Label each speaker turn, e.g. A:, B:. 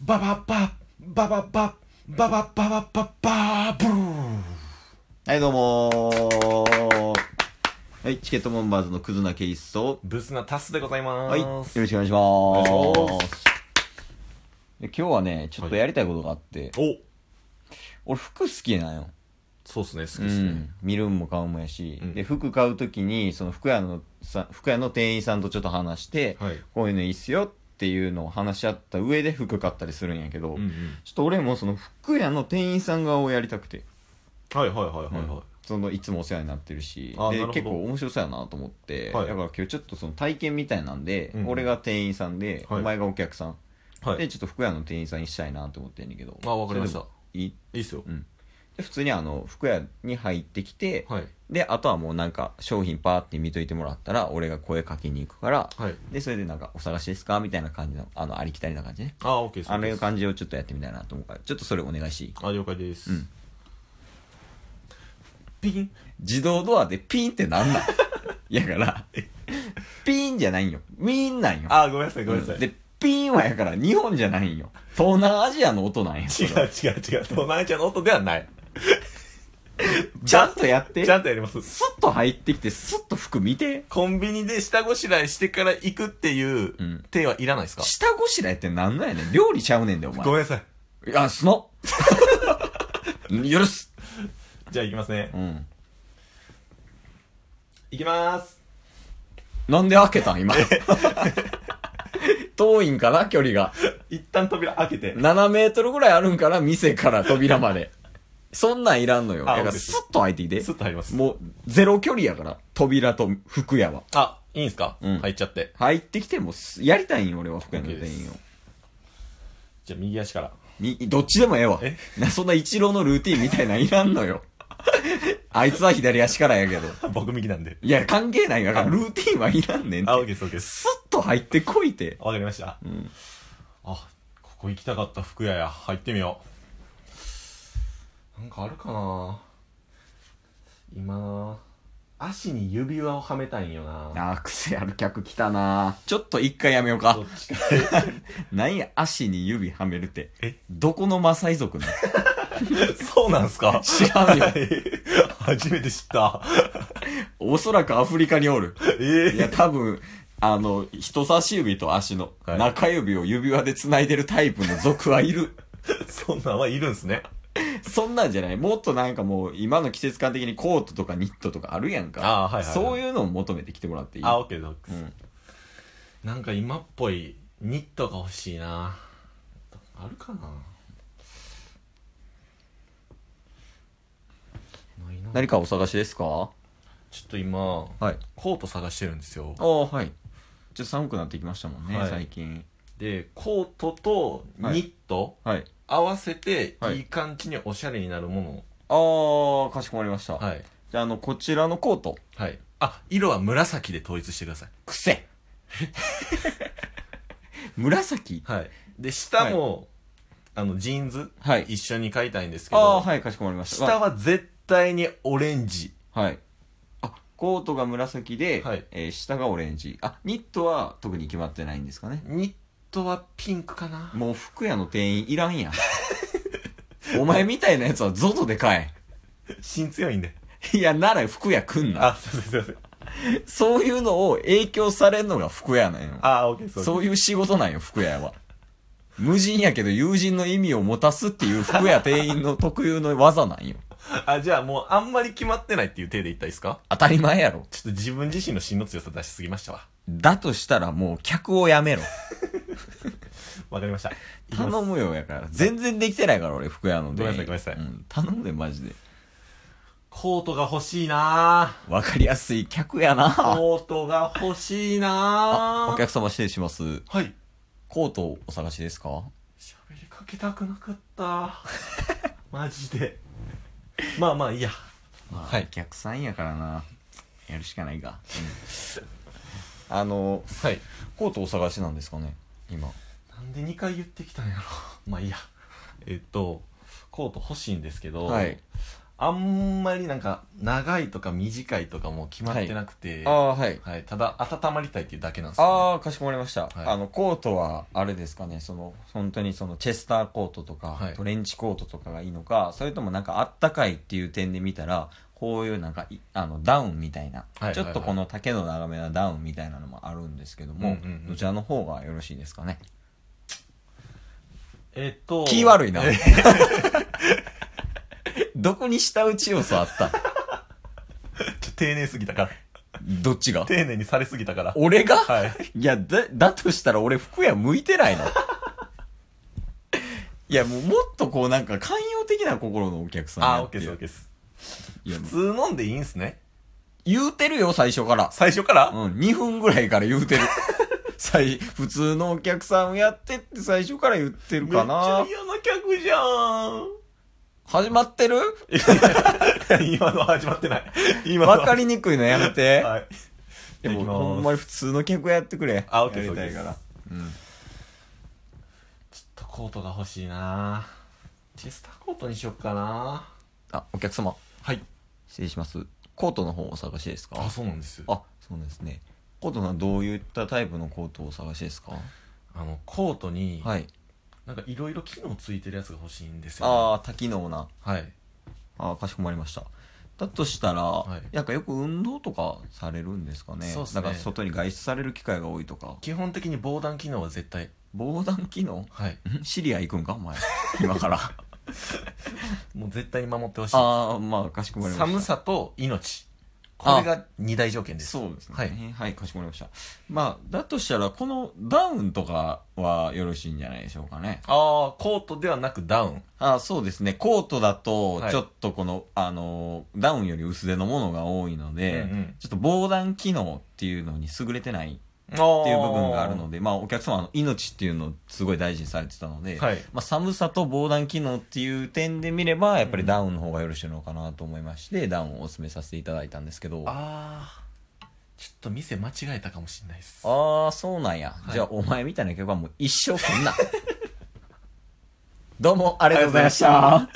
A: ババババババババババババブル
B: はい、どうもー。はい、チケットボンバーズのクズなケイスと、
A: ブスなタスでございま
B: はい、よろ
A: す、
B: しくお願いし
A: お願いし
B: ま。
A: ます
B: で今日はね、ちょっとやりたいことがあって、
A: お
B: 俺服好きなんよ。
A: そうっすね好き
B: う
A: っすね、
B: ん、見るんも買うんもやし、
A: うん
B: で、服買うときに、その服屋のさ、服屋の店員さんとちょっと話して、
A: はい
B: こういうのいいっすよっていうのを話し合った上で服買ったりするんやけど、
A: うんうん
B: ちょっと俺もその服屋の店員さん側をやりたくて。
A: はいはいはいはい
B: うん
A: は
B: そのいつもお世話になってるし
A: あなる
B: で
A: ほど
B: 結構面白そうやなと思って、
A: はい
B: だから今日ちょっとその体験みたいなんで、
A: うん
B: 俺が店員さんで、
A: はい
B: お前がお客さん、
A: いはい、
B: でちょっと服屋の店員さんにしたいなと思ってんだけど
A: あわかりました
B: それでもいい
A: いいっすよ、
B: で普通にあの服屋に入ってきて、
A: はい
B: であとはもうなんか商品パーって見といてもらったら俺が声かけに行くから
A: はい
B: でそれでなんか「お探しですか?」みたいな感じのあのありきたりな感じね
A: あーオッケーです
B: あのいう
A: じ
B: 感じをちょっとやってみたいなと思うからちょっとそれお願いしていい
A: あ了解です、
B: うん
A: ピン
B: 自動ドアでピンってな んなんやから、ピンじゃないんよ。ウィーンなんよ。
A: あーごめんなさいごめんなさい、
B: で、ピンはやから日本じゃないんよ。東南アジアの音なんや。そ
A: 違う
B: れ
A: 違う違う東南アジアの音ではない
B: ちゃんとやって。
A: ちゃんとやります
B: スッと入ってきて、スッと服見て。
A: コンビニで下ごしらえしてから行くっていう
B: うん
A: 手はいらないですか、
B: 下ごしらえってなんなんやねん。料理ちゃうねんで、お前。
A: ごめんなさい。
B: いや、す の。許す。
A: じゃあ行きますね
B: う。ん。
A: 行きまーす。
B: なんで開けた ん今。遠いんかな距離が。
A: 一旦扉開けて。
B: 7メートルぐらいあるんから、店から扉 まで。そんなんいらんのよ。
A: あ
B: だ
A: オ
B: から、
A: ッケー
B: スッと開いていて
A: ス。ッと入ります。
B: もう、ゼロ距離やから、扉と服屋は。
A: あ、いいんすか、
B: うん
A: 入っちゃって。
B: 入ってきても、すやりたいんよ、俺は服屋の
A: OK で
B: 店
A: す
B: 員を。
A: じゃあ右足から。
B: みどっちでもええわ
A: え。
B: な、そんな一郎のルーティンみたいなんいらんの よ。あいつは左足からやけど。
A: 僕右なんで。
B: いや、関係ないから、ルーティンはいらんねん
A: あ、OK
B: って。
A: です、OK です。
B: スッと入ってこいて。
A: わかりました。
B: うん。
A: あ、ここ行きたかった服屋や。入ってみよう。なんかあるかな今、足に指輪をはめたいんよな。
B: あー、癖ある客来たなちょっと一回やめようか
A: ど。っちか。
B: なんや、足に指はめるって。
A: え
B: どこのマサイ族なの
A: そうなんすか
B: 違うよ。
A: 初めて知った。
B: おそらくアフリカにおる。
A: え
B: いや、多分、あの、人差し指と足の
A: はい
B: 中指を指輪で繋いでるタイプの族はいる。
A: そんなんはいるんすね。
B: そんなんじゃないもっとなんかもう、今の季節感的にコートとかニットとかあるやんか。
A: あーはいはいはい
B: そういうのを求めてきてもらっていい
A: あ、オッケー、オッケ
B: う
A: ー。
B: ん。
A: なんか今っぽいニットが欲しいなあるかなないな
B: 何かお探しですかは
A: ちょっと今
B: い。
A: コート探してるんですよ
B: ああ、はい。ちょっと寒くなってきましたもんね、
A: はい
B: 最近。
A: でコートと
B: はい
A: ニット
B: はい。
A: 合わせて
B: はい
A: いい感じにおしゃれになるも
B: ああ、かしこまりました。
A: のはい
B: じゃあ、あの、こちらのコート。
A: はいあ色は紫で統一してください
B: く せ 紫
A: はいで下も、あのジーンズ、
B: はい
A: 一緒に買いたいんですけ
B: ああ、
A: ど
B: はい、かしこまりました。
A: 下は絶対にオレンジ
B: はい。あ、コートが紫で、
A: はい
B: えー下がオレンジ。あ、ニットは特に決まってないんですかね。
A: ニットはピンクかな
B: もう服屋の店員いら んやん。お前みたいなやつはゾゾで買
A: 芯強いんで。
B: え。いや、なら服屋来んな。
A: あ、すいません、すいません。
B: そういうのを影響されんのが服屋なんよ。
A: あ、オッケー、そう。
B: そういう仕事なんよ、服屋は。無人やけど友人の意味を持たすっていう服屋店員の特有の技なんよ。
A: あ、じゃあもう、あんまり決まってないっていう体で言ったらいいですか
B: 当たり前やろ。
A: ちょっと自分自身の芯の強さ出しすぎましたわ。
B: だとしたらもう客をやめろ。
A: わかりました。
B: 頼
A: む。
B: むよやから。全然できてないから俺、服屋の店
A: ごめん
B: 員
A: なさいごめんなさい
B: うん、頼むで、マジで。
A: コートが欲しいな
B: わかりやすい客や
A: ぁ
B: な
A: コートが欲しい
B: あ
A: な
B: お
A: ぁ
B: 客様失礼します。
A: はい。
B: コートをお探しですか
A: 喋りかけたくなか った。マジで。まあまあ、いいや。はい
B: お客さんやからな。やるしかないか。うんあの、
A: はい。
B: コートお探しなんですかね今。
A: なんで2回言ってきたんやろ。まあいいや。えっと、コート欲しいんですけど、
B: はい。
A: あんまりなんか長いとか短いとかも決まってなくて、
B: あ
A: は
B: あーはい
A: いただ温まりたいっていうだけなんですよ、ね、
B: ああかしこまりまし
A: は
B: た、
A: い
B: あのコートはあれですかねその本当にそのチェスターコートとか、
A: はい
B: トレンチコートとかがいいのかそれともなんかあったかいっていう点で見たらこういうなんかいあのダウンみたいな、
A: いはいはい
B: ちょっとこの丈の長めなダウンみたいなのもあるんですけど
A: う
B: も、
A: んうんうん
B: どちらの方がよろしいですかね
A: えっと
B: 気悪いな
A: え
B: どこに下打ち要素あった
A: ちょ丁寧すぎたから
B: どっちが
A: 丁寧にされすぎたから
B: 俺が、
A: はい
B: いや、だ、だとしたら俺服屋向いてないの。 いや、もうもっとこうなんか寛容的な心のお客さん
A: あ
B: や
A: オッ
B: って
A: ケーですオッ
B: よ。
A: ケーです
B: いや
A: 普通飲んでいいんすね
B: 言うてるよ、最初から。
A: 最初から、
B: うん、2分ぐらいから言うてる。 最、普通のお客さんをやってって最初から言ってる
A: めっち
B: か
A: ゃ
B: な。
A: 嫌な客じゃ
B: 始まってる
A: ん 今の始まって ない今の
B: わかりにくいのやめて。
A: はい
B: でも
A: いただきます
B: ほんまに普通の客やってくれ。
A: あオッケーです
B: やりたいか
A: オッ
B: ら。うん。
A: ちょっとコートが欲しいなチェスターコートにしよっかな
B: あ、お客様、
A: はい
B: 失礼します。コートの方お探しですか
A: あそうなんですあ
B: あそうですねコートさんどういったタイプのコートをお探しですか
A: のコートに、
B: はい
A: なんかいろいろ機能ついてるやつが欲しいんですよ、
B: ああ多機能な
A: はい
B: あーかしこまりましただとしたら、
A: い
B: なんかよく運動とかされるんですかね
A: そうっすね
B: なんか外に外出される機会が多いとか
A: 基本的に防弾機能は絶対
B: 防弾 機能
A: はい
B: んシリア行くんか お前今から
A: もう絶対に守ってほしい
B: ああまあかしこまりました
A: 寒さと命これが二大条件です
B: そうですね
A: は
B: はいい、かしこまりましたまあだとしたらこのダウンとかはよろしいんじゃないでしょうかね
A: ああコートではなくダウン
B: あそうですね。コートだと
A: は、い
B: ちょっとこの、あのー、ダウンより薄手のものが多いので、
A: うんうん
B: ちょっと防弾機能っていうのに優れてない
A: っ
B: っ
A: て
B: て
A: い
B: いう部分があるので、まあお客様の命っていうのをすごい大事にされてたので、
A: はい
B: まあ寒さと防弾機能っていう点で見れば、やっぱりダウンの方がよろしいのかなと思いまして、ダウンをお勧めさせていただいたんですけど、あ
A: あーちょっと店間違えたかもしれないです
B: あー、そうなんや。
A: い
B: じゃあお前 みたいな客はもう一生来んな。どうもありがとうございました。